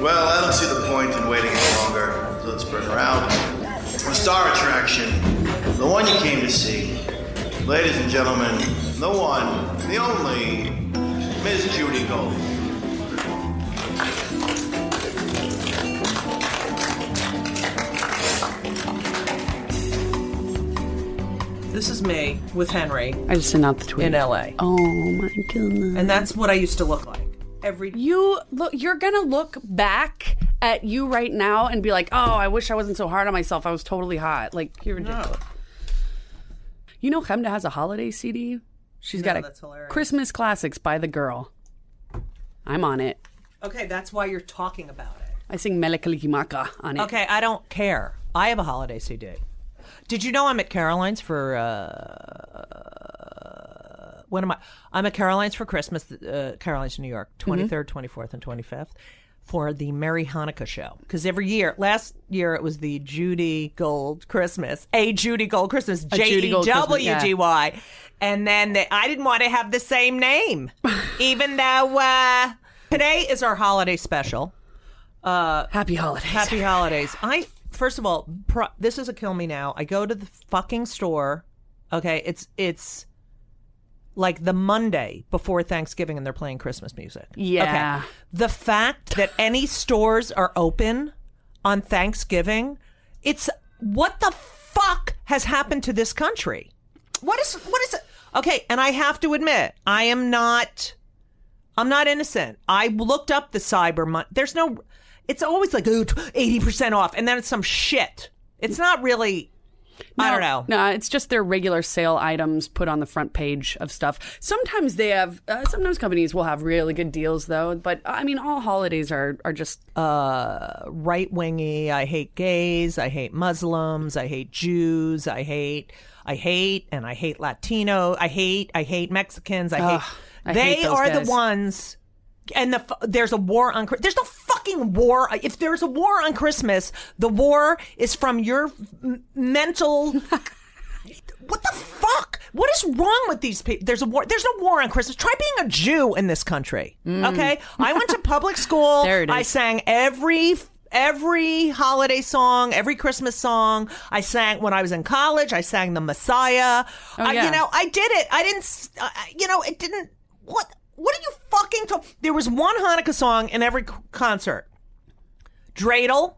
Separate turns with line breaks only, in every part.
Well, I don't see the point in waiting any longer, so let's bring her out. The star attraction, the one you came to see. Ladies and gentlemen, the one, the only, Miss Judy Gold.
This is me with Henry
I just sent out the tweet.
in LA.
Oh my goodness.
And that's what I used to look like. Every
You look you're gonna look back at you right now and be like, Oh, I wish I wasn't so hard on myself. I was totally hot. Like you're ridiculous. You know Chemda has a holiday CD? She's got a
that's hilarious.
Christmas classics by the girl. I'm on it.
Okay, that's why you're talking about it.
I sing Melekalikimaka on it.
Okay, I don't care. I have a holiday CD. Did you know I'm at Caroline's for uh when am I? I'm at Caroline's for Christmas, uh, Caroline's in New York,
Mm-hmm.
23rd, 24th, and 25th for the Merry Hanukkah show. Because every year, last year it was the Judy Gold Christmas, a Judy Gold Christmas, J
Judy
E
Gold Christmas,
W G Y, and then they, I didn't want to have the same name, even though uh, today is our holiday special.
Happy holidays.
Happy holidays. I first of all, pro- this is a kill me now. I go to the fucking store. Okay, it's it's like the Monday before Thanksgiving, and they're playing Christmas music.
Yeah.
Okay. The fact that any stores are open on Thanksgiving, it's what the fuck has happened to this country? What is what is it? Okay, and I have to admit, I am not. I'm not innocent. I looked up the cyber month. There's no. It's always like ooh, eighty percent off, and then it's some shit. It's not really. I don't know.
No, it's just their regular sale items put on the front page of stuff. Sometimes they have, uh, sometimes companies will have really good deals though. But I mean, all holidays are are just
Right wingy. I hate gays. I hate Muslims. I hate Jews. I hate. I hate and I hate Latino. I hate. I hate Mexicans. I hate.
I
they
hate those
are
guys.
the ones. And the f- there's a war on. Chri- There's no fucking war. If there's a war on Christmas, the war is from your m- mental What the fuck? What is wrong with these people? There's a war. There's no war on Christmas. Try being a Jew in this country. Okay, I went to public school.
Mm. There it
I
is.
sang every every holiday song, every Christmas song. I sang when I was in college. I sang the Messiah. I,
yeah.
You know, I did it. I didn't. s- I- I- You know, it didn't. What? What are you fucking? Talk- there was one Hanukkah song in every c- concert. Dreidel.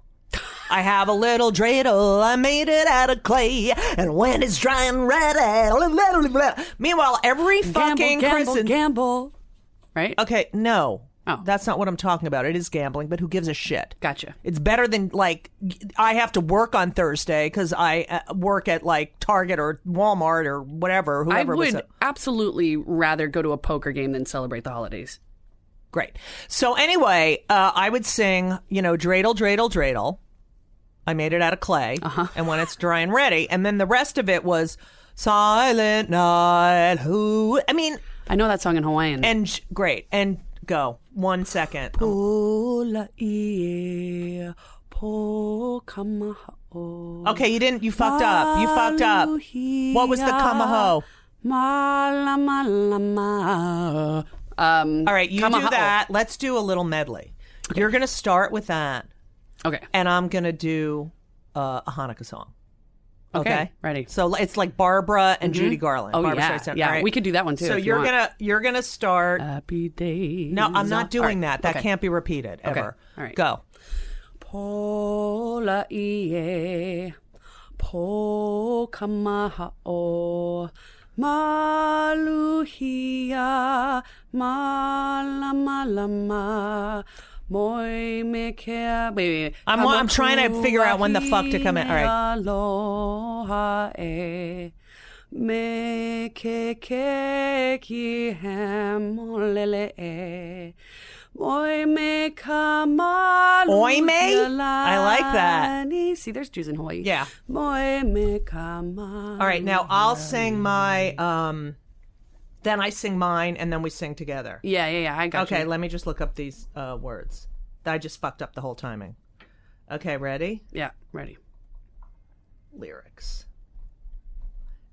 I have a little dreidel. I made it out of clay, and when it's dry and ready. Meanwhile, every fucking
gamble,
Christmas.
gamble, gamble. Right?
Okay, no.
Oh.
That's not what I'm talking about. It is gambling, but who gives a shit?
Gotcha.
It's better than like I have to work on Thursday because I uh, work at like Target or Walmart or whatever.
I
Whoever was uh,
would absolutely rather go to a poker game than celebrate the holidays.
Great. So anyway, uh, I would sing, you know, dreidel, dreidel, dreidel. I made it out of clay,
Uh-huh.
and when it's dry and ready, and then the rest of it was silent night. Who? I mean,
I know that song in Hawaiian.
and sh- great, and go one second. Um,
Ola ie, po kamahao.
Okay, you didn't. You fucked up. You fucked up. What was the kamaho?
Malamalama. Um,
All right, you do
kamahao.
that. Let's do a little medley. You're gonna start with that,
Okay.
and I'm gonna do uh, a Hanukkah song.
Okay.
Okay.
Ready.
So it's like Barbara and Judy Garland.
Oh,
Barbara
yeah,
Streisand.
yeah.
All right.
We could do that one, too,
So
if you
you're
want.
gonna you're gonna start.
Happy days.
no, I'm not doing that. That
okay.
can't be repeated ever.
All right.
Go.
Pola ie, po kamahao, maluhia, malamalama, moi mekea. Wait, wait, wait.
I'm- I'm trying to figure out when the fuck to come in. All right.
Aloha e, me ke ke ki hamolele e, moi me kamalu.
Oime? I like that.
Kalani. See, there's Jews in Hawaii.
Yeah.
Moeme kama.
All right. Now I'll sing my um, then I sing mine, and then we sing together.
Yeah, yeah, yeah. I got
Okay,
you.
let me just look up these uh, words. I just fucked up the whole timing. Okay, ready?
Yeah, ready.
Lyrics.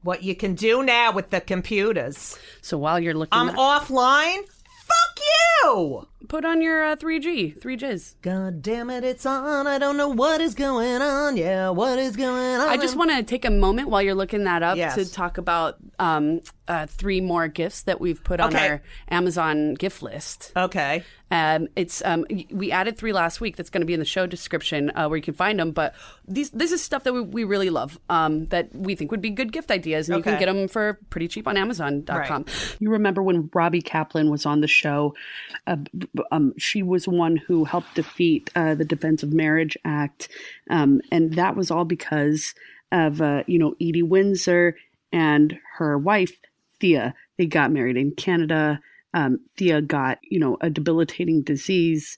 What you can do now with the computers.
So while you're looking,
I'm
up-
offline. Fuck you!
put on your uh, 3G, 3Gs.
God damn it, it's on. I don't know what is going on. Yeah, what is going on?
I just want to take a moment while you're looking that up
Yes.
to talk about um, uh, three more gifts that we've put on
Okay.
our Amazon gift list.
Okay.
Um, it's um, y- we added three last week. That's going to be in the show description uh, where you can find them. But these this is stuff that we, we really love um, that we think would be good gift ideas, and you
Okay.
can get them for pretty cheap on Amazon.com. You remember when Robbie Kaplan was on the show? Uh, b- b- um, she was one who helped defeat uh, the Defense of Marriage Act, um, and that was all because of uh, you know Edie Windsor and her wife Thea. They got married in Canada. Um, Thea got you know a debilitating disease,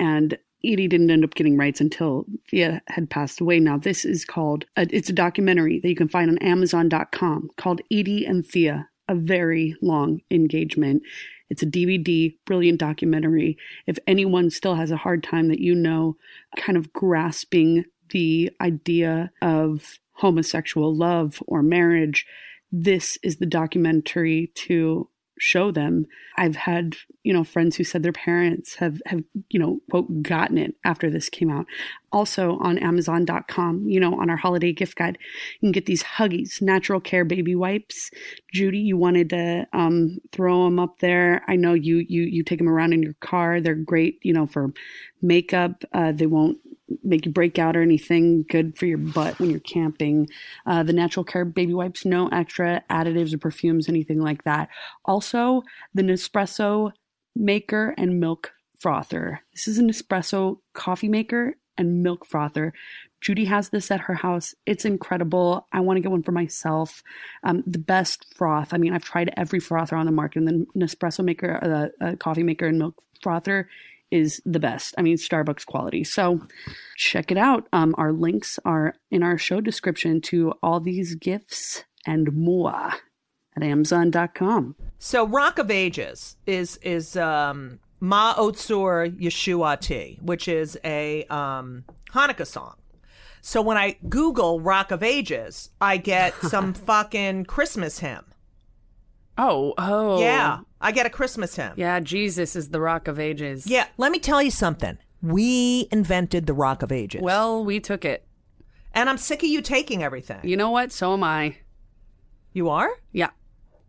and Edie didn't end up getting rights until Thea had passed away. Now this is called uh, it's a documentary that you can find on Amazon.com called Edie and Thea: A Very Long Engagement. It's a DVD, brilliant documentary. If anyone still has a hard time that you know, kind of grasping the idea of homosexual love or marriage, this is the documentary to show them. I've had, you know, friends who said their parents have have, you know, quote gotten it after this came out. Also on amazon.com, you know, on our holiday gift guide, you can get these Huggies natural care baby wipes. Judy, you wanted to um throw them up there. I know you you you take them around in your car. They're great, you know, for makeup. Uh, they won't make you break out or anything. Good for your butt when you're camping. Uh, the natural care baby wipes, no extra additives or perfumes, anything like that. Also, the Nespresso maker and milk frother. This is an espresso coffee maker and milk frother. Judy has this at her house. It's incredible. I want to get one for myself. Um, the best froth. I mean, I've tried every frother on the market, and the Nespresso maker, uh, uh, coffee maker, and milk frother is the best. I mean, Starbucks quality. So check it out. Um, our links are in our show description to all these gifts and more at Amazon.com.
So Rock of Ages is is um Ma Otsur Yeshuati, which is a um Hanukkah song. So when I Google Rock of Ages, I get some fucking Christmas hymn.
Oh, oh.
Yeah. I get a Christmas hymn.
Yeah, Jesus is the rock of ages.
Yeah, let me tell you something. We invented the Rock of Ages.
Well, we took it.
and I'm sick of you taking everything.
You know what? So am I.
you are?
Yeah.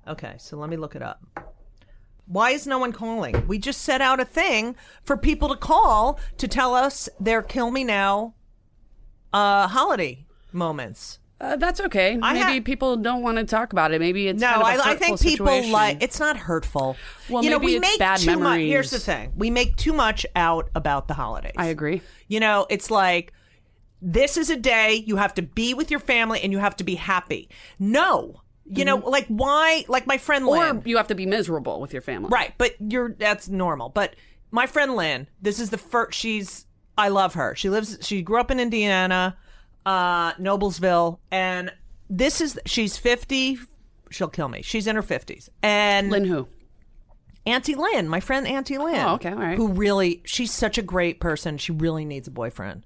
Okay, so let me look it up. Why is no one calling? We just set out a thing for people to call to tell us their kill me now uh holiday moments.
Uh, that's okay.
I
Maybe
ha-
people don't want to talk about it. Maybe it's
No,
kind of a
I, I think
hurtful
people
situation.
like it's not hurtful.
Well,
you know,
maybe
we
it's
make
bad
too much.
memories.
Here's the thing: we make too much out about the holidays.
I agree.
You know, it's like this is a day you have to be with your family and you have to be happy. No, you know, like why? Like my friend Lynn,
Or you have to be miserable with your family.
Right, but you're that's normal. But my friend Lynn, this is the first she's I love her. She lives she grew up in Indiana, uh Noblesville, and this is she's 50, she'll kill me. She's in her 50s. And
Lynn who?
Auntie Lynn, my friend Auntie Lynn.
Oh, okay, all right.
Who really, she's such a great person. She really needs a boyfriend.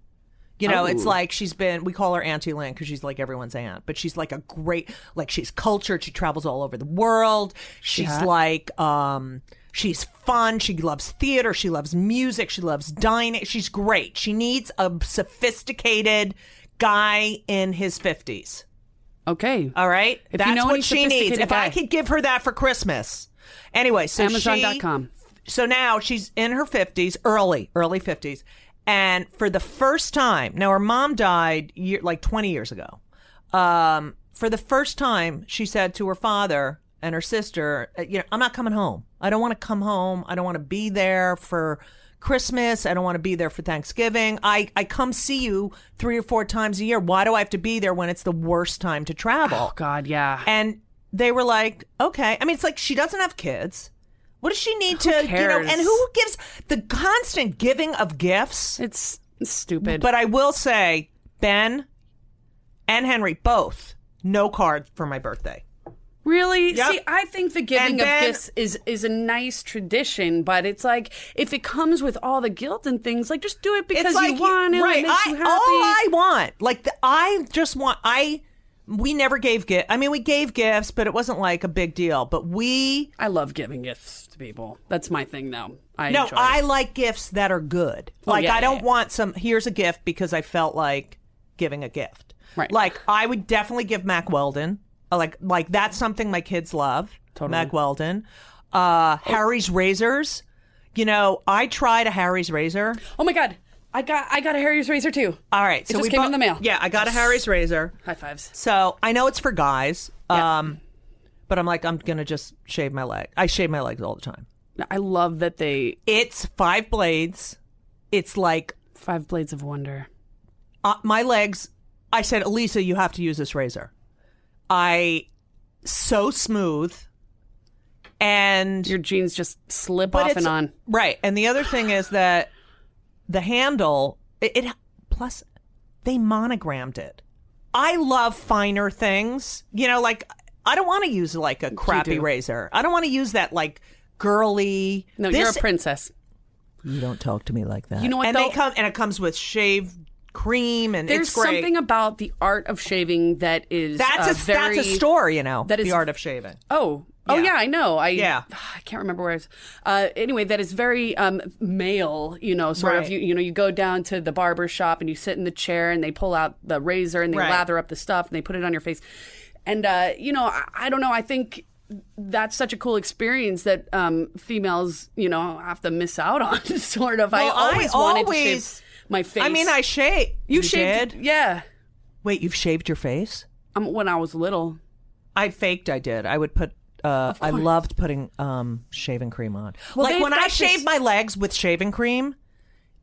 You know, it's
Oh.
like she's been, we call her Auntie Lynn because she's like everyone's aunt, but she's like a great, like she's cultured. She travels all over the world. She's like, um, she's fun. She loves theater. She loves music. She loves dining. She's great. She needs a sophisticated guy in his 50s.
Okay.
All right.
If you
That's
know
what
any
she needs.
sophisticated
If I
guy.
could give her that for Christmas. Anyway, so
Amazon.com.
She, so now she's in her 50s, early, early 50s. And for the first time, now her mom died year, like 20 years ago. Um, for the first time, she said to her father and her sister, uh, you know, I'm not coming home. I don't want to come home. I don't want to be there for Christmas. I don't want to be there for Thanksgiving. I, I come see you three or four times a year. Why do I have to be there when it's the worst time to travel?
Oh God, yeah.
and they were like, okay. I mean, it's like she doesn't have kids. What does she need to, you know?
cares?
And who gives the constant giving of gifts?
It's stupid.
But I will say, Ben and Henry both no cards for my birthday.
Really?
Yep.
See, I think the giving
And then-
of gifts is is a nice tradition, but it's like if it comes with all the guilt and things, like just do it because you want it.
right?
it makes
I,
you happy.
all I want, like the, I just want, I we never gave gift. I mean, we gave gifts, but it wasn't like a big deal. But we
I love giving gifts to people. That's my thing, though. I
no,
enjoy it.
I like gifts that are good. Like
yeah,
I
yeah,
don't
yeah.
want some. Here's a gift because I felt like giving a gift.
Right.
Like I would definitely give Mac Weldon. Uh, Like like that's something my kids love. Totally. Mac Weldon. Uh, Harry's razors. You know, I tried a Harry's razor.
Oh my god, I got I got a Harry's razor too.
All right, so
just
we
came
bo-
in the mail.
Yeah, I got a Harry's razor.
High fives.
So I know it's for guys. Um, but I'm like, I'm gonna just shave my leg. I shave my legs all the time.
I love that they
It's five blades. It's like
five blades of wonder.
uh, my legs. I said, Elisa, you have to use this razor. I so smooth, and
Your jeans just slip
but
off
it's-
and on.
Right, and the other thing is that the handle. It, it plus they monogrammed it. I love finer things. You know, like I don't want to use like a crappy
do.
razor. I don't want to use that like girly.
No,
this
you're a princess.
You don't talk to me like that.
You know what,
And
though?
they come and it comes with shaved cream and
There's
it's great.
something about the art of shaving that is
that's
uh,
a
very
that's a store, you know.
that
That
is-
is the art of shaving.
Oh, oh
Yeah.
yeah, I know. I
Yeah.
I can't remember where I was. Uh, anyway, that is very um, male, you know, sort of.
Right.
You you know, you go down to the barber shop and you sit in the chair and they pull out the razor and they
Right.
lather up the stuff and they put it on your face, and uh, you know, I, I don't know. I think that's such a cool experience that um, females, you know, have to miss out on. sort of. I
Well, I
always wanted
always-
to shave my face.
I mean, I shave.
you shaved,
did?
yeah.
Wait, you've shaved your face?
Um, when I was little,
I faked. I did. I would put. Uh, I loved putting um, shaving cream on. like
they've
when I
got
shave
this-
my legs with shaving cream,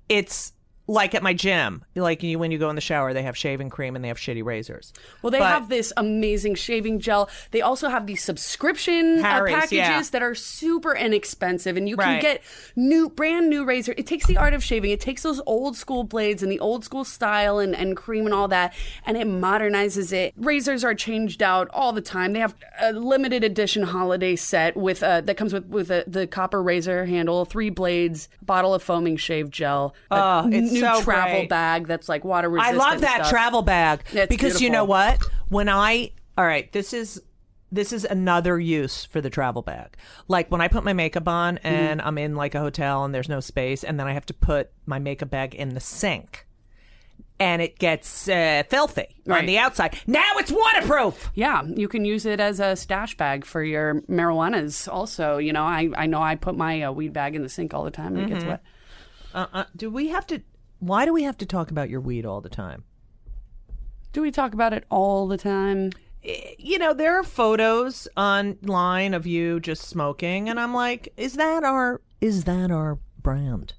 it's like at my gym. Like you, when you go in the shower, they have shaving cream and they have shitty razors.
Well, they
But-
have this amazing shaving gel. They also have these subscription uh,
Harry's,
packages
yeah.
that are super inexpensive, and you can
Right.
get new, brand new razor. It takes the art of shaving. It takes those old school blades and the old school style and, and cream and all that, and it modernizes it. Razors are changed out all the time. They have a limited edition holiday set with uh, that comes with with a, the copper razor handle, three blades, bottle of foaming shave gel, a
Oh, it's
new
so
travel
great.
bag that's like water
I
resistant.
love that
stuff.
travel bag
It's
because you know
beautiful.
what? When I all right, this is this is another use for the travel bag. Like when I put my makeup on and I'm in like a hotel and there's no space, and then I have to put my makeup bag in the sink, and it gets uh, filthy
Right.
on the outside. Now it's waterproof.
Yeah, you can use it as a stash bag for your marijuanas. Also, you know, I, I know I put my uh, weed bag in the sink all the time and it
Mm-hmm.
gets wet.
Uh, uh, do we have to? Why do we have to talk about your weed all the time?
Do we talk about it all the time?
you know, there are photos online of you just smoking, and I'm like, is that our is that our brand?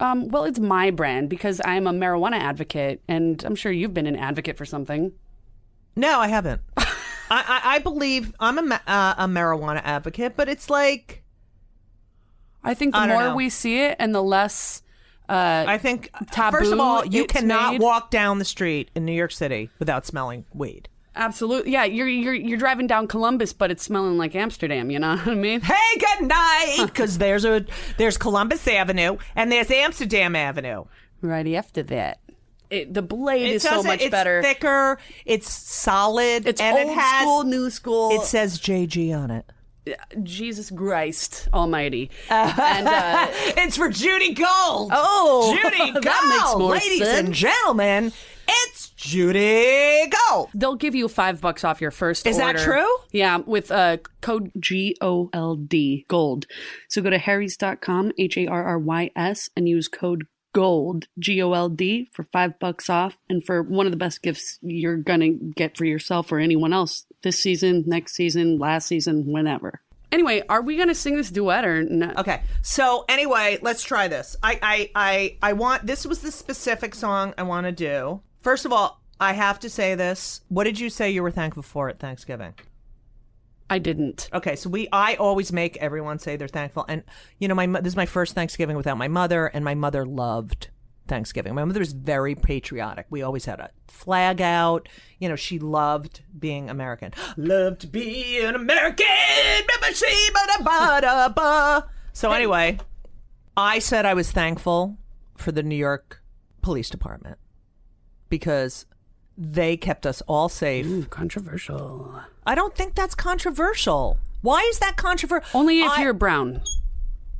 Um, well, it's my brand because I'm a marijuana advocate, and I'm sure you've been an advocate for something.
No, I haven't. I, I, I believe I'm a ma- uh, a marijuana advocate, but it's like
I think the
I don't
more
know.
we see it, and the less. Uh,
I think
Taboo,
first of all, you
it's
cannot
made-
walk down the street in New York City without smelling weed.
absolutely, yeah. You're you're you're driving down Columbus, but it's smelling like Amsterdam. You know what I mean?
Hey, good night, because there's a there's Columbus Avenue and there's Amsterdam Avenue.
Right after that, it, the blade is
It
so
doesn't-
much
it's
better.
thicker. It's solid.
It's
and
old
it has,
school, new school.
It says JG on it.
Jesus Christ Almighty. and uh,
It's for Judy Gold.
Oh,
Judy Gold,
that makes more
ladies
sense.
and gentlemen, it's Judy Gold.
they'll give you five bucks off your first.
Is that
order.
true?
Yeah, with uh, code G O L D gold. So go to Harry's.com, H A R R Y S, and use code gold G O L D for five bucks off, and for one of the best gifts you're gonna get for yourself or anyone else this season, next season, last season, whenever. Anyway, are we gonna sing this duet or not?
Okay. So anyway, let's try this. I I I I want this was the specific song I want to do. First of all, I have to say this. What did you say you were thankful for at Thanksgiving?
I didn't.
Okay, so we I always make everyone say they're thankful, and you know my mo- this is my first Thanksgiving without my mother, and my mother loved Thanksgiving. My mother was very patriotic. We always had a flag out. You know, she loved being American. Loved to be an American. Ba-ba-shee-ba-da-ba-da-ba. So anyway, I said I was thankful for the New York Police Department because They kept us all safe.
Controversial.
I don't think that's controversial. Why is that controversial?
Only if
I,
you're brown.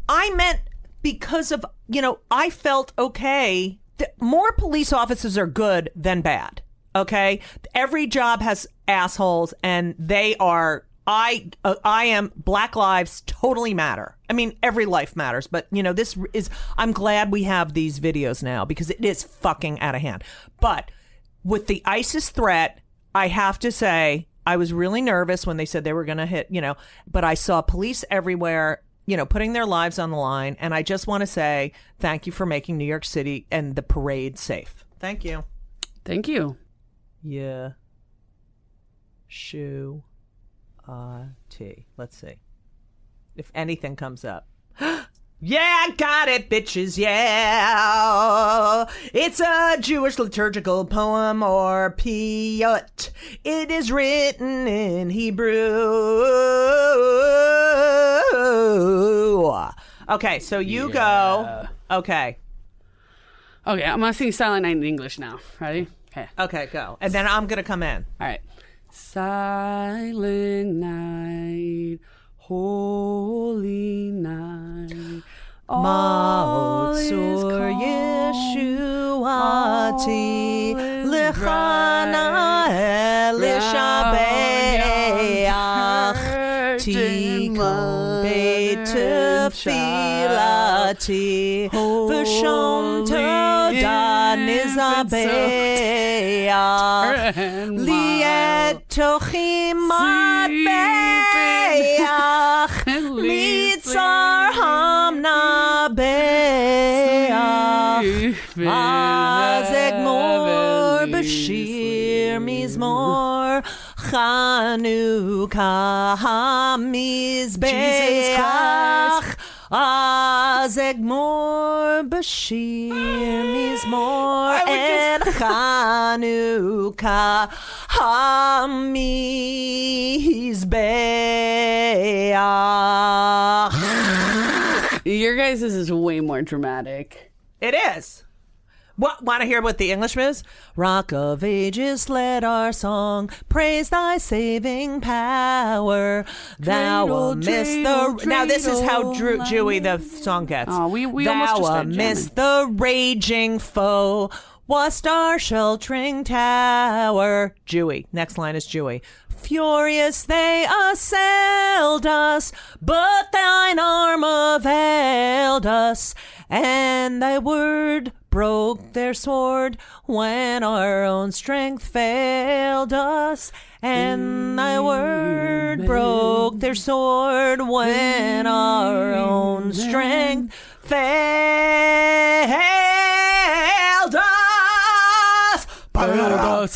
I meant because of, you know, I felt okay. Th- more police officers are good than bad. Okay? Every job has assholes and they are I uh, I am black lives totally matter. I mean, every life matters, but you know, this is I'm glad we have these videos now because it is fucking out of hand. But with the ISIS threat, I have to say I was really nervous when they said they were going to hit, you know, but I saw police everywhere, you know, putting their lives on the line. And I just want to say thank you for making New York City and the parade safe. Thank you.
Thank you.
Yeah. Shoe. R T. Ah, Let's see. If anything comes up. yeah, I got it, bitches. Yeah. It's a Jewish liturgical poem or piyut. It is written in Hebrew. Okay, so you go. Okay.
Okay, I'm gonna sing Silent Night in English now. Ready? Okay.
Okay, go. And then I'm going to come in.
All right. Silent night, holy night. all is
Maotsur
calm.
Yeshuati
is
Lichana Elishabeach
virgin
Tikkun Beit
mother child.
Tefilati V'shom Toda Nizabeach
and
Liet Tochim
Sleeping.
Matbeach Mitzar Hamna Beach אז אגמור בשיר מזמור חנוכה המזבח. אז אגמור בשיר מזמור את חנוכה המזבח.
Your guys' is way more dramatic.
It is. What want to hear what the English is? Rock of Ages, let our song praise thy saving power. Thou
Dreidel,
amidst
dreidel,
the now this is how
dreidel,
Drew,
la-
Jewy the song gets.
Oh, we- we
Thou
almost just did
amidst the raging foe. Wast our sheltering tower. Jewy. Next line is Jewy. Furious they assailed us, but thine arm availed us, and thy word broke their sword when our own strength failed us. And thy word broke their sword when our own strength failed us.
Oh,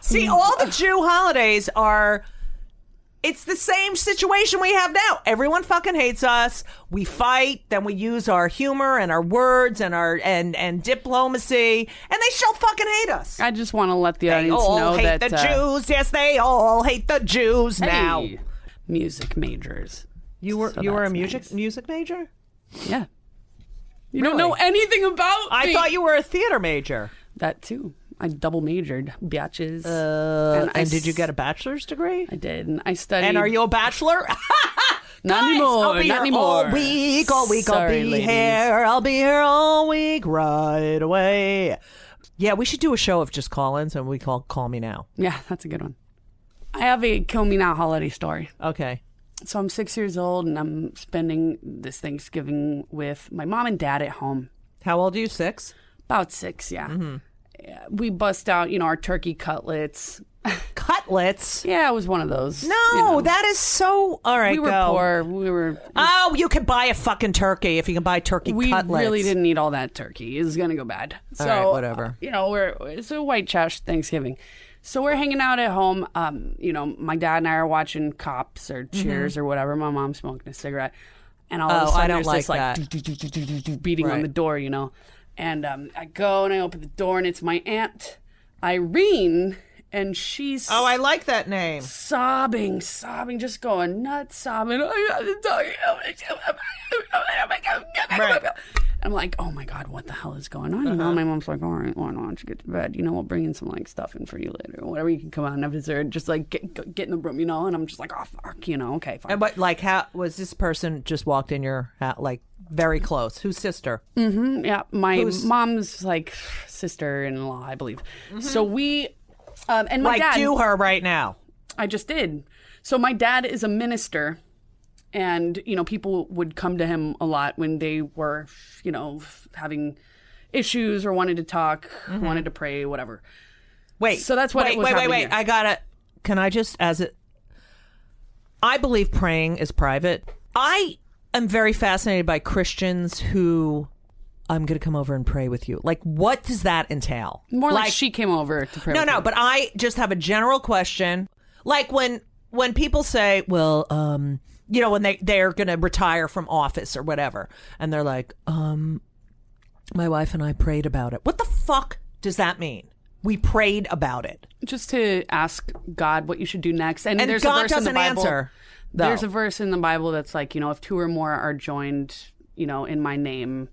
See, all the Jew holidays are. It's the same situation we have now. Everyone fucking hates us. We fight, then we use our humor and our words and our and and diplomacy, and they still fucking hate us.
I just want to let the
They
audience
all
know
hate
that
the
uh,
Jews. Yes, they all hate the Jews now.
hey, music majors.
You were
So
you were a
that's
music
nice.
music major?
Yeah. You don't know anything about
I
me.
thought you were a theater major.
that too. I double majored, biatches.
and,
and I
did you
s-
get a bachelor's degree?
I did. And I studied.
Uh, And are you a bachelor?
Not
Guys,
anymore.
I'll be
not
here
anymore.
all week, all week.
Sorry,
I'll be
ladies.
here. I'll be here all week, right away. Yeah, we should do a show of just call-ins, and we call "Call Me Now."
Yeah, that's a good one. I have a kill me now holiday story.
Okay.
So I'm six years old and I'm spending this Thanksgiving with my mom and dad at home.
How old are you? Six.
About six, yeah.
Mm-hmm.
Yeah, We bust out, you know, our turkey cutlets.
Cutlets.
Yeah, it was one of those.
No, that is so. All right,
we were
go.
poor. We were.
Oh, you can buy a fucking turkey if you can buy turkey
we
cutlets.
really didn't eat all that turkey. It was gonna go bad. So uh,
right, whatever.
You know, we're it's a white trash Thanksgiving, so we're hanging out at home. Um, you know, my dad and I are watching Cops or Cheers or whatever. My mom's smoking a cigarette, and all
Mm-hmm. Oh, I
of
don't
a sudden there's this
like
like
that.
do, do, do, do, do, do, beating on
Right.
the door. You know, and um, I go and I open the door and it's my aunt Irene, and she's
Oh, I like that name.
sobbing, sobbing, just Oh, going nuts, sobbing.
Right. Uh-huh.
I'm like, oh my god, what the hell is going on? You know, my mom's like, all right, why don't you get to bed? You know, we'll bring in some like stuff in for you later, or whatever. You can come out and visit, or just like get go- get in the room, you know. And I'm just like, oh fuck, you know, okay, fine.
And what, like, how was this person just walked in your hat, like, very close? Whose sister?
Yeah, my mom's like sister-in-law, I believe. So we, um, and my
like,
dad.
do her Mm-hmm. right now.
I just did. So my dad is a minister, and you know people would come to him a lot when they were, you know, having issues or wanted to talk,
Mm-hmm.
wanted to pray, whatever.
Wait.
So that's what
wait,
it was
Wait, wait,
happening
wait.
here.
I gotta. Can I just as it? I believe praying is private. I am very fascinated by Christians who. I'm gonna come over and pray with you. Like, what does that entail?
More like, she came over to pray.
No,
with
no,
him.
but I just have a general question. Like when when people say, "Well, um, you know, when they they're going to retire from office or whatever," and they're like, "Um, my wife and I prayed about it." What the fuck does that mean? We prayed about it,
just to ask God what you should do next, and,
and
there's a
God
verse in the
doesn't
Bible.
answer. Though.
There's a verse in the Bible that's like, you know, if two or more are joined, you know, in my name,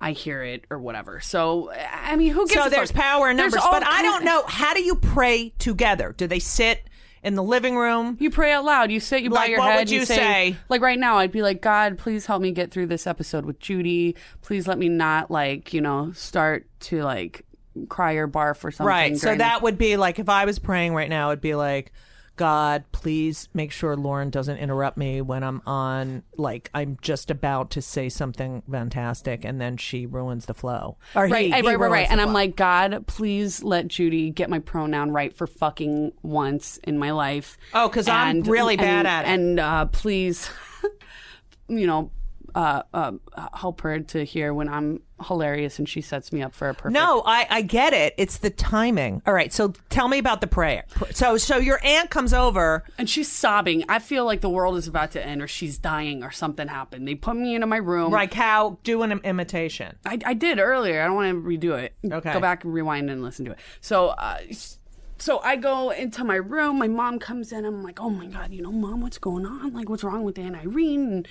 I hear it or whatever. So, I mean, who gives
so
a
there's
fuck?
power in
There's
numbers,
all
but I
kind-
don't know how do you pray together? Do they sit in the living room?
You pray out loud. You sit. You bow
Like,
your
what
head.
would you say?
Like right now, I'd be like, God, please help me get through this episode with Judy. Please let me not like you know start to like cry or barf or something.
Right. So
during-
that would be like if I was praying right now, it'd be like, God, please make sure Lauren doesn't interrupt me when I'm on, like, I'm just about to say something fantastic and then she ruins the flow. Or he-
Right,
he
right, right, right,
ruins
right.
the
And I'm
flow.
like, God, please let Judy get my pronoun right for fucking once in my life.
Oh, 'cause I'm
And-
really
and-
bad at it.
And uh, please, you know, uh, uh, help her to hear when I'm hilarious and she sets me up for a perfect.
no, I, I get it. It's the timing. All right. So tell me about the prayer. So, so your aunt comes over.
And she's sobbing. I feel like the world is about to end or she's dying or something happened. They put me into my room.
Like, how? Do an imitation.
I, I did earlier. I don't want to redo it.
Okay.
Go back and rewind and listen to it. So, uh, s- so I go into my room. My mom comes in. I'm like, oh my god, you know, mom, what's going on? Like, what's wrong with Aunt Irene? And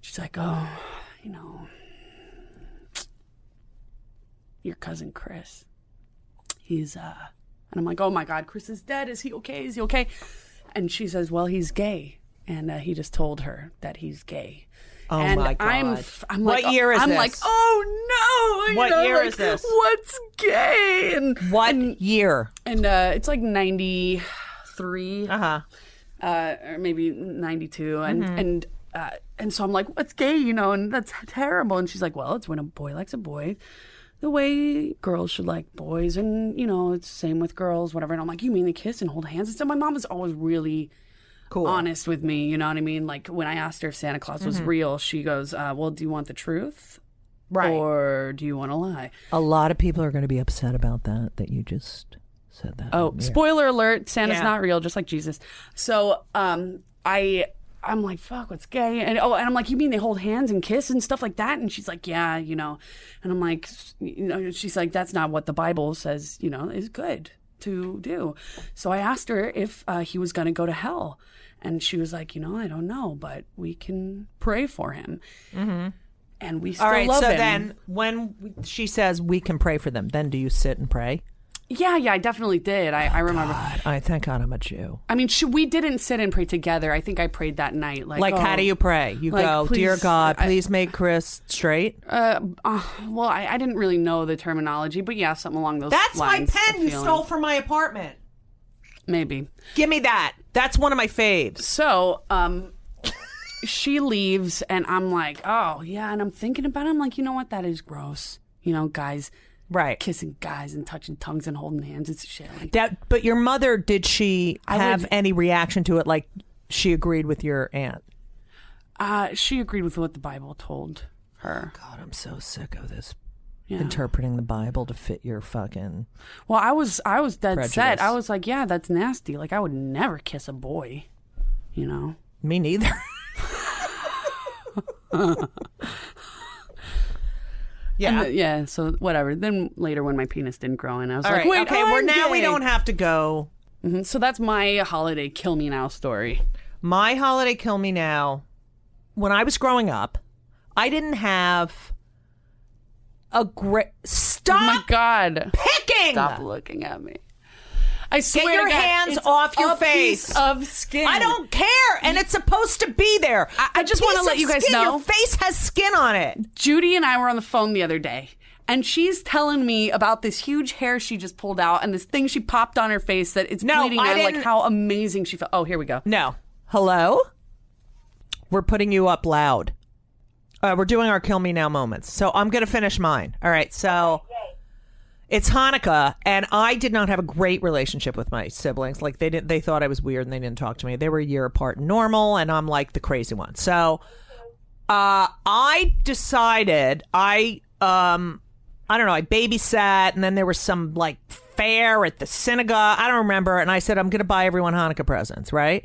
she's like, oh, you know, your cousin Chris. He's uh, and I'm like, oh my god, Chris is dead. Is he okay? Is he okay? And she says, well, he's gay, and uh, he just told her that he's gay.
Oh,
and
my
I'm,
God.
f- I'm
What
like,
year is
I'm
this?
like, oh no! you
What
know,
year
like,
is this?
What's gay? And
What
And,
year?
and, uh, it's like ninety three,
Uh huh.
uh, or maybe ninety two, and
Mm-hmm.
and. Uh, and so I'm like, what's gay, you know, and that's terrible. And she's like, well, it's when a boy likes a boy, the way girls should like boys, and you know, it's the same with girls, whatever. And I'm like, you mean they kiss and hold hands? And so my mom was always really
Cool. Mm-hmm.
honest with me. You know what I mean? Like when I asked her if Santa Claus was real, she goes, uh, "Well, do you want the truth,
Right.
or do you want to lie?"
A lot of people are going to be upset about that, that you just said that.
Oh, spoiler alert! Santa's
Yeah.
not real, just like Jesus. So, um, I. I'm like, fuck, what's gay? And oh, and I'm like, you mean they hold hands and kiss and stuff like that? And she's like, yeah, you know. And I'm like, s- you know, she's like, that's not what the Bible says, you know, is good to do. So I asked her if uh, he was going to go to hell. And she was like, you know, I don't know, but we can pray for him. And we
Mm-hmm.
still
All right.
love
So
him.
then, when we- she says we can pray for them, then do you sit and pray?
yeah, yeah, I definitely did. I, I remember.
I thank God I'm a Jew.
I mean, should, we didn't sit and pray together. I think I prayed that night. Like,
Like,
oh,
how do you pray? You
Like,
go, dear
please,
God,
I-
please make Chris straight.
Uh, uh, well, I, I didn't really know the terminology, but yeah, something along those lines. the feeling.
from my apartment.
Maybe.
Give me that. That's one of my faves.
So, um, she leaves, and I'm like, oh yeah, and I'm thinking about it. I'm like, you know what? That is gross. You know, guys
Right.
kissing guys and touching tongues and holding hands. It's shit. Like,
That, but your mother, did she
I
have
would-
any reaction to it? Like, she agreed with your aunt.
uh, she agreed with what the Bible told her.
God, I'm so sick of this.
Yeah.
Interpreting the Bible to fit your fucking.
Well, I was I was dead set.
Prejudice.
I was like, yeah, that's nasty. Like I would never kiss a boy, you know.
Me neither. yeah.
Uh, yeah. So whatever. Then later when my penis didn't grow in, I was
All
like,
right.
wait,
okay.
I'm
Well, now we
gay."
don't have to go.
Mhm. So that's my holiday kill me now story. Oh
My holiday kill me now. When I was growing up, I didn't have a great.
Oh my
Stop
god.
picking.
Stop looking at me. I swear
your
to God,
hands
it's
off your
a piece
face.
of skin.
I don't care, and it's supposed to be there.
I- I
The
just wanna
piece
let
of
you guys
skin,
know-
your face has skin on it.
Judy and I were on the phone the other day, and she's telling me about this huge hair she just pulled out and this thing she popped on her face that it's
No,
bleeding
I
and like
didn't-
how amazing she felt. Oh, here we go.
No. Hello? We're putting you up loud. Uh, we're doing our kill me now moments. So I'm going to finish mine. All right. So it's Hanukkah, and I did not have a great relationship with my siblings. Like they didn't, they thought I was weird and they didn't talk to me. They were a year apart, and normal, and I'm like the crazy one. So uh, I decided I um I don't know, I babysat and then there was some like fair at the synagogue. I don't remember. And I said, I'm going to buy everyone Hanukkah presents, right?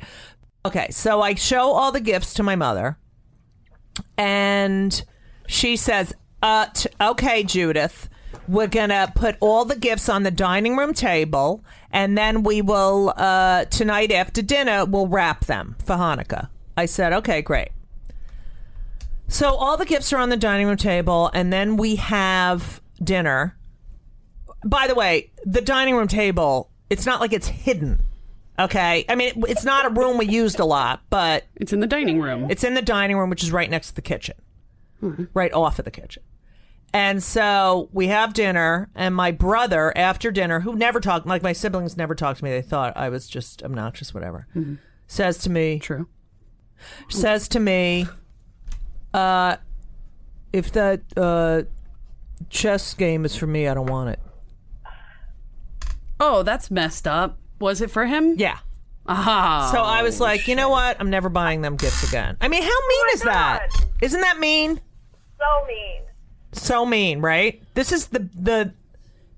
Okay. So I show all the gifts to my mother and she says, uh, t- okay, Judith, we're going to put all the gifts on the dining room table and then we will, uh, tonight after dinner, we'll wrap them for Hanukkah. I said, okay, great. So all the gifts are on the dining room table, and then we have dinner. By the way, the dining room table, it's not like it's hidden. Okay. I mean, it- it's not a room we used a lot, but
It's in the dining room.
it's in the dining room, which is right next to the kitchen, right off of the kitchen. And so we have dinner, and my brother, after dinner, who never talked, like my siblings never talked to me, they thought I was just obnoxious, whatever, says to me,
True.
says to me, uh, if that uh, chess game is for me, I don't want it.
Oh, that's messed up. Was it for him?
Yeah.
Ah.
So I was like, you know what? I'm never buying them gifts again. I mean, how mean is that?
God.
Isn't that mean?
So mean.
So mean, right? This is the the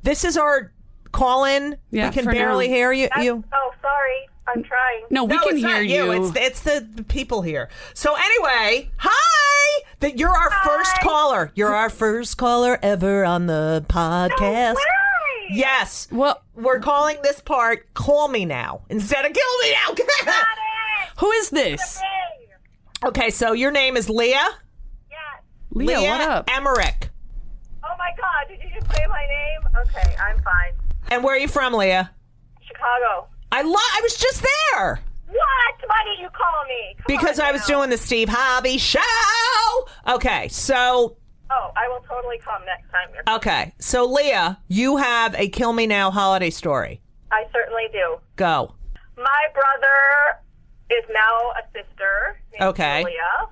this is our call in.
Yeah,
we can
for now.
barely hear you.
That's-
you.
Oh, sorry. I'm trying.
no, we
No,
can
it's
hear
not you. It's the, it's the, the people here. So anyway, hi. That you're our first
Hi.
caller. You're our first caller ever on the podcast.
Way!
Yes.
well,
We're calling this part "Call Me Now" instead of "Kill Me Now."
Hey!
who is this?
Hey!
okay, so your name is Leah.
Yes.
Leah, what up?
Emmerich.
Oh my God! Did you just say my name? Okay, I'm fine.
And where are you from, Leah?
Chicago.
I lo- I was just there
What? Why didn't you call me? Come
because
on
I was
now.
doing the Steve Hobby show. Okay, so
Oh, I will totally come next time. You're-
okay, so Leah, you have a "Kill Me Now" holiday story.
I certainly do.
Go.
My brother is now a sister. Named
Okay.
Julia,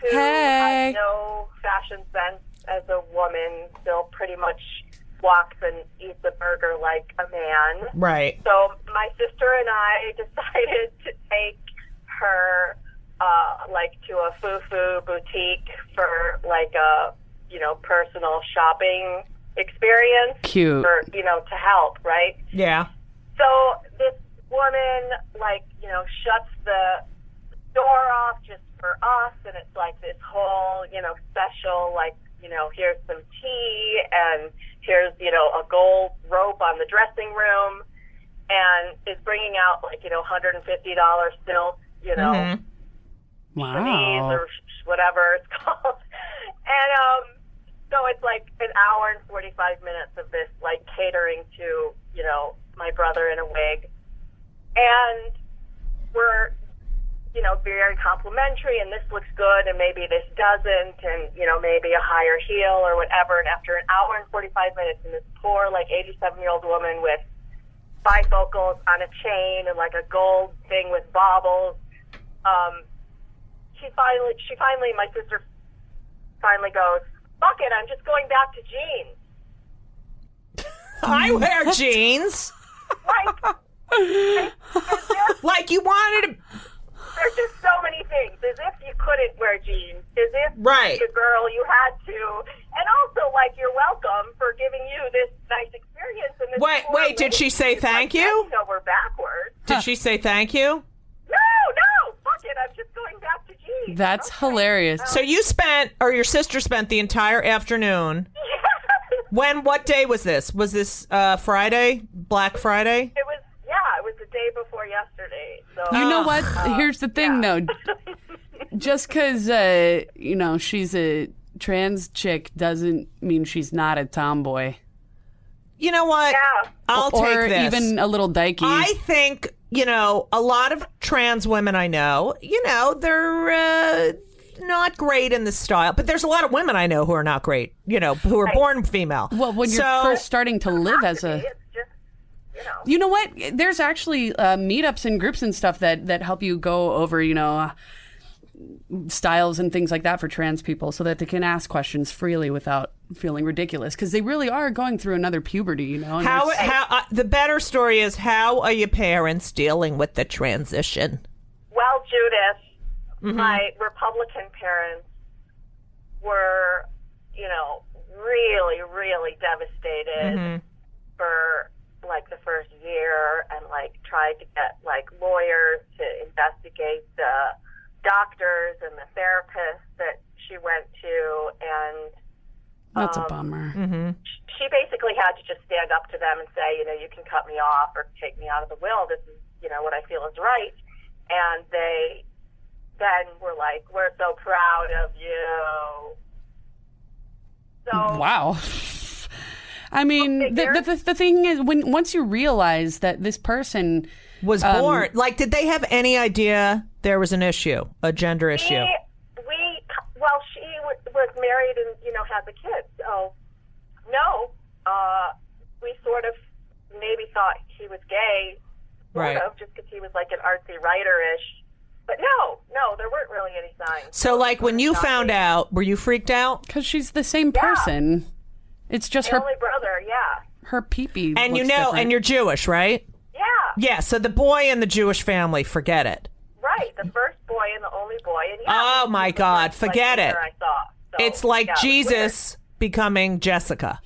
who
Hey.
has no fashion sense as a woman. Still pretty much walks and eats a burger like a man.
Right.
So my sister and I decided to take her uh, like to a fufu boutique for like a you know personal shopping experience
Cute.
for you know to help right.
Yeah.
So this woman, like, you know, shuts the door off just for us, and it's like this whole, you know, special, like, you know, here's some tea, and here's, you know, a gold rope on the dressing room, and is bringing out, like, you know, $150 silk, you know, Japanese
Wow.
or sh- whatever it's called. And um, so it's like an hour and 45 minutes of this, like catering to, you know, my brother in a wig. And we're, you know, very complimentary and this looks good and maybe this doesn't and, you know, maybe a higher heel or whatever. And after an hour and 45 minutes and this poor, like 87 year old woman with bifocals on a chain and like a gold thing with baubles, um, she finally, she finally, my sister finally goes, "Fuck it, I'm just going back to jeans."
I wear jeans.
Like,
Like you wanted to.
there's just so many things. As if you couldn't wear jeans. As if,
Right.
the girl, you had to. And also, like, you're welcome for giving you this nice experience. And this
Wait,
poor
wait, did she
lady
say
who's, like,
thank you?
bent Over backwards.
Did she say thank you?
No, no, fuck it, I'm just going back to jeans.
That's
Okay.
hilarious.
So you spent, or your sister spent, the entire afternoon. When? What day was this? Was this uh, Friday? Black Friday?
It was, yeah, it was the day before yesterday. So
You know what?
Ah,
Here's the thing, though. Just because uh, you know she's a trans chick doesn't mean she's not a tomboy
You know what?
Yeah.
I'll
or
take this.
even a little dykey.
I think you know a lot of trans women I know. You know they're uh, not great in the style, but there's a lot of women I know who are not great. You know who are born female.
well, when you're
So-
first starting to live as a
It's just, you know.
You know what? There's actually uh, meetups and groups and stuff that that help you go over, you know, uh, styles and things like that for trans people, so that they can ask questions freely without feeling ridiculous, because they really are going through another puberty, you know. and
How,
there's-
how uh, the better story is how are your parents dealing with the transition?
Well, Judith, my Republican parents were, you know, really, really devastated for like the first year and like tried to get like lawyers to investigate the doctors and the therapists that she went to and
that's a bummer.
she basically had to just stand up to them and say, you know, you can cut me off or take me out of the will. This is, you know, what I feel is right. And they then were like, we're so proud of you. So
Wow. I mean,
figure.
the, the, the, the thing is, when once you realize that this person
Was born like did they have any idea there was an issue, a gender issue?
we, we, well, she w- was married and, you know, has a kid. So, no, uh, we sort of maybe thought he was gay, sort
Right.
of, just because he was like an artsy writer-ish. But no, no, there weren't really any signs.
So like when you found out, were you freaked out?
because she's the same person, it's just
My
her
only brother, yeah.
her peepee.
And you know, and you're Jewish, right?
Yeah,
Yeah. So the boy in the Jewish family, forget it.
right. The first boy and the only boy. And yeah,
Oh, my
this is the
God,
first, like,
forget it.
picture I saw. So,
It's like
Oh, yeah, it was
Jesus becoming Jessica.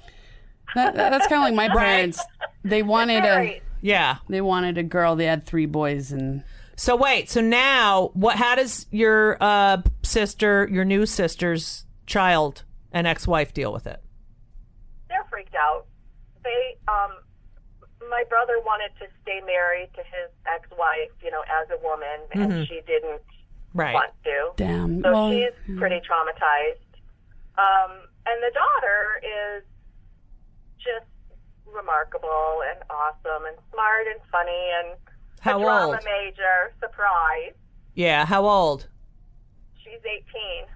that, that's kind of like my parents. They wanted
weird.
a
Right.
Yeah.
they wanted a girl. They had three boys, and
So wait, so now what how does your uh sister, your new sister's child and ex-wife deal with it?
They're freaked out. They, um, my brother wanted to stay married to his ex-wife, you know, as a woman, and
Mm-hmm.
she didn't
Right.
want to.
Damn.
So
Well,
she's pretty traumatized. Um, and the daughter is just remarkable and awesome and smart and funny and
How
a drama
old?
major. Surprise.
Yeah, how old?
She's 18.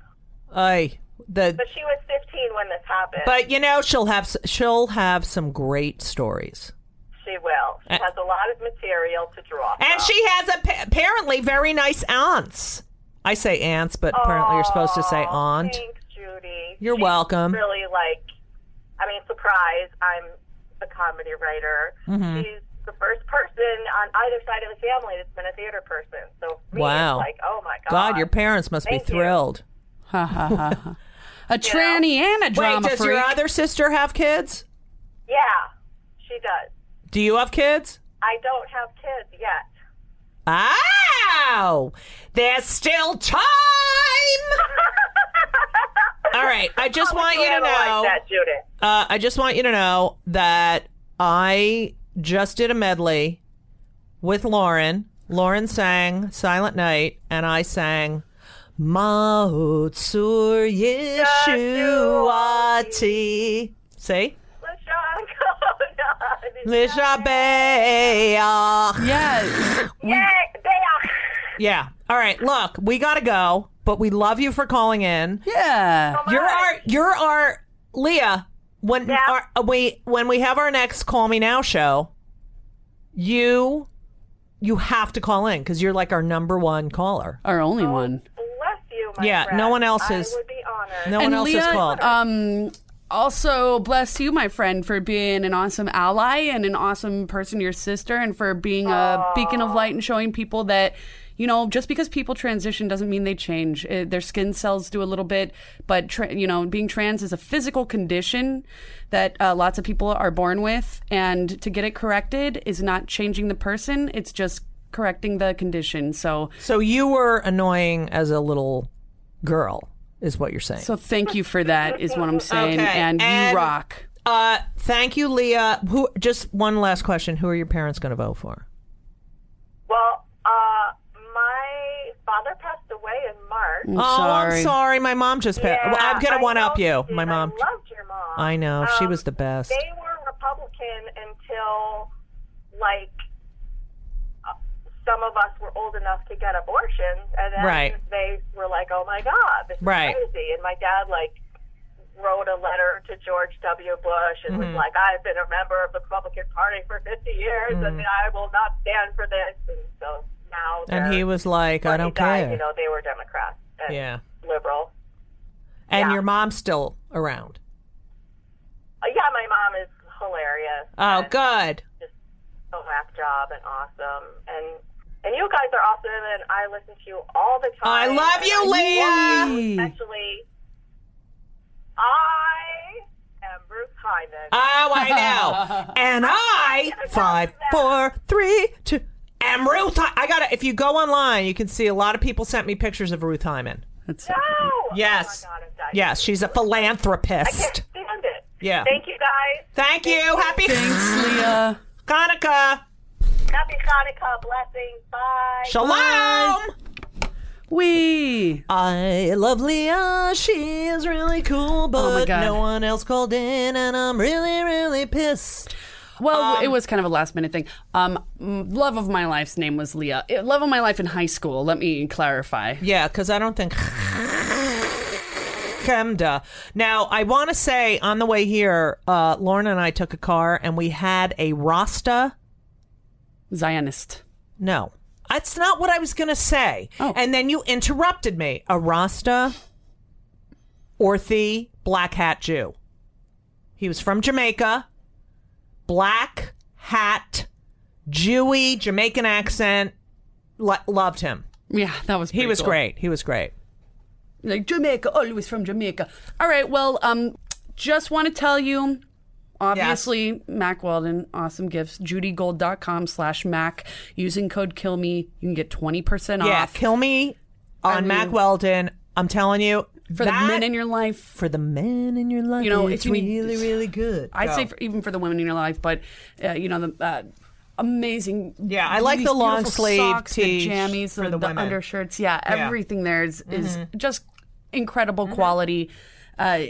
Ay, the
But she was 15 when this happened.
but you know she'll have s- she'll have some great stories.
she will. She
Uh,
has a lot of material to draw.
And
from.
she has a, apparently very nice aunts. I say aunts, but apparently you're supposed to say
Aw,
aunt.
Thanks, Judy.
You're
She's
welcome.
Really like, I mean, surprise. I'm a comedy writer.
Mm-hmm.
She's the first person on either side of the family that's been a theater person. So for me,
Wow.
it's like, oh my god.
God, your parents must
Thank
be
you.
thrilled.
ha, ha, ha, ha. a tranny and a drama
Wait, does
freak.
your other sister have kids?
Yeah, she does.
Do you have kids?
I don't have kids yet.
Ow! There's still time. All right, I
Oh
just want you to
Kinda like
know.
that, Judith.
Uh, I just want you to know that I just did a medley with Lauren. Lauren sang "Silent Night," and I sang "Maotsur Yeshuati." See, Lishabeach.
yeah,
Yay, they
Yeah. All right. Look, we gotta go, but we love you for calling in.
yeah.
are.
You're our, you're our Leah. When our, uh, we when we have our next Call Me Now show, you you have to call in because you're like our number one caller.
Our only one.
Bless you, my
Yeah,
friend.
no one else
I
is-
would be honored.
No one Oh, else has called.
Um, also, bless you, my friend, for being an awesome ally and an awesome person, to your sister, and for being a beacon of light and showing people that. You know, just because people transition doesn't mean they change. Uh their skin cells do a little bit, but tra- you know, being trans is a physical condition that uh, lots of people are born with, and to get it corrected is not changing the person; it's just correcting the condition. So,
so you were annoying as a little girl, is what you're saying.
so thank you for that, is what I'm saying,
Okay,
and,
and-
you rock.
uh, thank you, Leah. Who? Just one last question: Who are your parents going to vote for?
Well, uh, my father passed away away in March.
I'm
oh,
sorry.
I'm sorry. My mom just passed.
Yeah,
well, I'm gonna
I
one up
loved
you. My
I
mom.
loved your mom.
I know she
Um,
was the best.
They were Republican until, like, uh, some of us were old enough to get abortions, and then
Right.
they were like, "Oh my God, this is
Right.
crazy!" And my dad like wrote a letter to George W. Bush and
Mm-hmm.
was like, "I've been a member of the Republican Party for 50 years,
Mm.
and I will not stand for this." And so now,
and he
they're-
was like,
when
I
he
don't
died,
care.
You know, they were Democrats and
Yeah.
liberal.
and
yeah.
your mom's still around.
Uh, yeah, my mom is hilarious.
Oh,
and
good.
Just a laugh job and awesome. And and you guys are awesome, and I listen to you all the time.
I love you,
And I love you
Leah.
Especially, I am Bruce Hyman.
Oh, I know. and I five, four, three, two. And Ruth, Hy- I got to If you go online, you can see a lot of people sent me pictures of Ruth Hyman.
That's
No!
Yes.
Oh my God, I'm dying.
Yes, she's a
I can't
philanthropist.
stand it.
Yeah.
Thank you guys.
Thank you. Happy
Thanks, Leah.
Hanukkah.
Happy Hanukkah. Blessings. Bye.
Shalom.
We.
I love Leah. She is really cool, but
God.
no one else called in, and I'm really, really pissed.
Well,
Um,
it was kind of a last minute thing. Um, m- love of my life's name was Leah. Eh, Love of my life in high school. Let me clarify.
Yeah, because I don't think. Chemda. Now, I want to say on the way here, uh, Lauren and I took a car and we had a Rasta.
Zionist.
No, that's not what I was going to say.
Oh.
And then you interrupted me. A Rasta, Orthy, black hat Jew. He was from Jamaica, black hat, Jewy, Jamaican accent. Lo- loved him.
Yeah, that was.
He
pretty
was
cool.
great. He was great.
Like Jamaica, always from Jamaica. All right. Well, um, just want to tell you. Obviously, Mac Weldon, awesome gifts. JudyGold.com slash Mac. Using code Kill Me, you can get 20%
Yeah,
off
Uh, kill me on Mac Weldon. I'm telling you,
for the men in your life.
for the men in your life,
You know,
it's
if you
really,
need-
really good.
I'd
Go.
say for, even for the women in your life, but uh, you know the uh, amazing.
Yeah, I like
these
the long
beautiful
sleeve
socks,
tee
the jammies,
for
the,
the
the
women.
undershirts. Yeah, everything there is, is just incredible quality. Uh,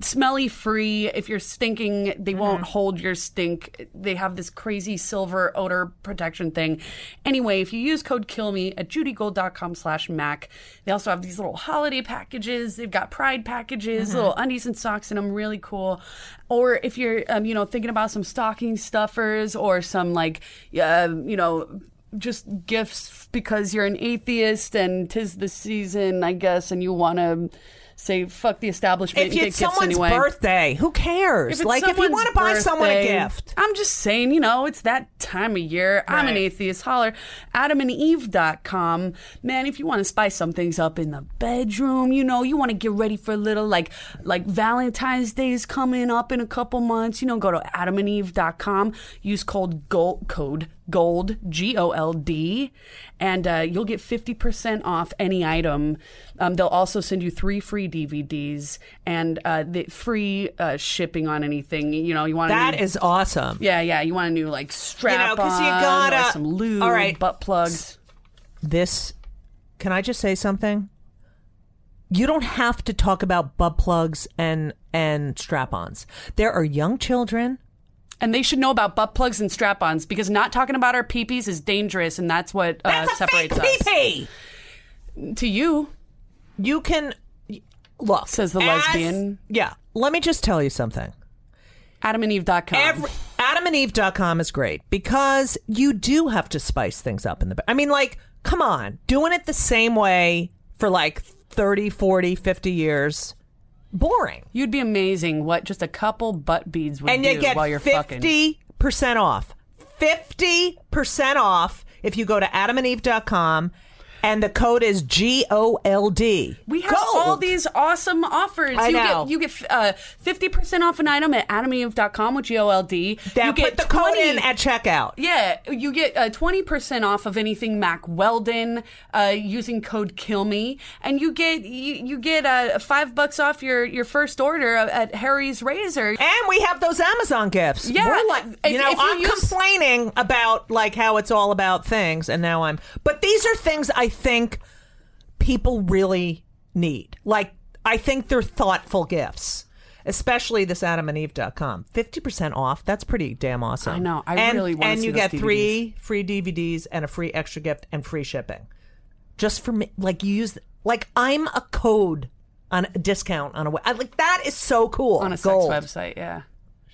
smelly free. If you're stinking, they won't hold your stink. They have this crazy silver odor protection thing. Anyway, if you use code kill me at judygold.com slash mac, they also have these little holiday packages. They've got pride packages, little undies and socks in them, really cool. Or if you're, um, you know, thinking about some stocking stuffers or some like, uh, you know, just gifts because you're an atheist and 'tis the season, I guess, and you want to say fuck the establishment.
if
and get
it's
gifts
someone's
anyway.
birthday, who cares?
If it's
like, if you
someone's
want to buy someone a
birthday,
gift,
I'm just saying, you know, it's that time of year. I'm an
Right.
atheist. Holler. AdamandEve.com. Man, if you want to spice some things up in the bedroom, you know, you want to get ready for a little like like Valentine's Day is coming up in a couple months, you know, go to adamandeve.com. Use code gold code gold G O L D and uh, you'll get 50% off any item. Um, they'll also send you three free DVDs and uh, the free uh, shipping on anything. You know, you want
that is awesome.
yeah, yeah. You want a new like strap
You know, 'cause you
on,
gotta-
or some lube,
all right.
butt plugs.
This, can I just say something? You don't have to talk about butt plugs and and strap-ons. There are young children.
And they should know about butt plugs and strap-ons because not talking about our peepees is dangerous, and that's what uh, separates us.
pee-pee!
To you,
you can look
Says the
as-
lesbian.
yeah let me just tell you something
AdamandEve.com.
Every, adamandeve.com is great because you do have to spice things up in the i mean like come on doing it the same way for like 30 40 50 years boring
You'd be amazing what just a couple butt beads would
and
do
you get
while you're fucking.
50% off 50% off if you go to adamandeve.com and the code is g-o-l-d
We have all these awesome offers.
I
you
know.
get you get uh, 50% off an item at adamandeve.com with G-O-L-D.
that
you get
put the code
20
in at checkout
Yeah, you get uh, twenty percent off of anything Mac Weldon uh, using code KillMe, and you get you, you get uh, five bucks off your your first order of- at Harry's Razor.
And we have those Amazon gifts.
Yeah,
We're like, you
if-
know,
if you
I'm
use-
complaining about like how it's all about things, and now I'm. But these are things I think people really need. Like, I think they're thoughtful gifts, especially this adamandeve.com. 50% off. That's pretty damn awesome.
I know. I
and,
really wanna
And
see
you
those
get three
DVDs.
free DVDs and a free extra gift and free shipping. Just for me, like, you use, like, I'm a code on a discount on a, we- I, like, that is so cool.
on a
Gold.
sex website. Yeah.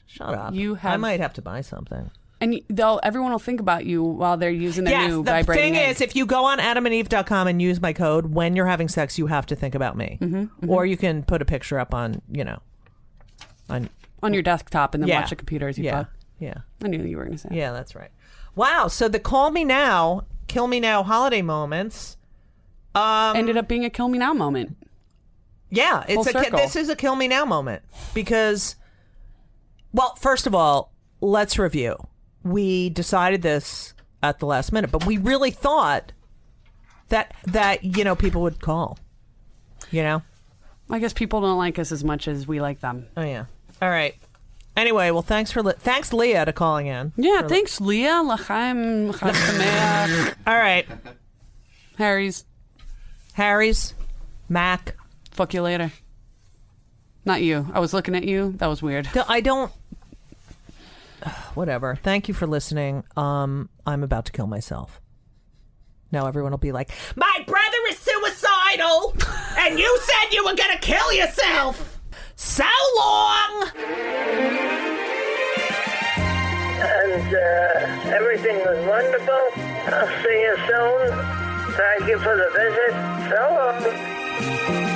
Shut up.
You
I
have-
might have to buy something.
And y- they'll everyone will think about you while they're using their
Yes,
new
the
vibrating.
thing
egg.
is, if you go on adamandeve.com and use my code when you're having sex, you have to think about me.
Mm-hmm,
Or you can put a picture up on, you know, on
on your desktop and then
yeah.
watch a computer as you
yeah.
fuck.
Yeah.
I knew you were gonna say.
Yeah, that's right. Wow. So the call me now, kill me now holiday moments. um,
Ended up being a kill me now moment.
Yeah, it's a
Full
ki-
circle.
this is a kill me now moment because well, first of all, let's review. We decided this at the last minute, but we really thought that that you know people would call. You know?
I guess people don't like us as much as we like them.
Oh yeah. All right. Anyway, well, thanks for li- thanks Leah to calling in.
Yeah, thanks, Leah, Lachaim, Chasamea,
All right,
Harry's.
Harry's, Mac.
Fuck you later. Not you. I was looking at you. That was weird.
No, I don't. Whatever. Thank you for listening. Um, I'm about to kill myself. Now everyone will be like, "My brother is suicidal, and you said you were gonna kill yourself." So long.
and uh, everything was wonderful. I'll see you soon. Thank you for the visit. So long.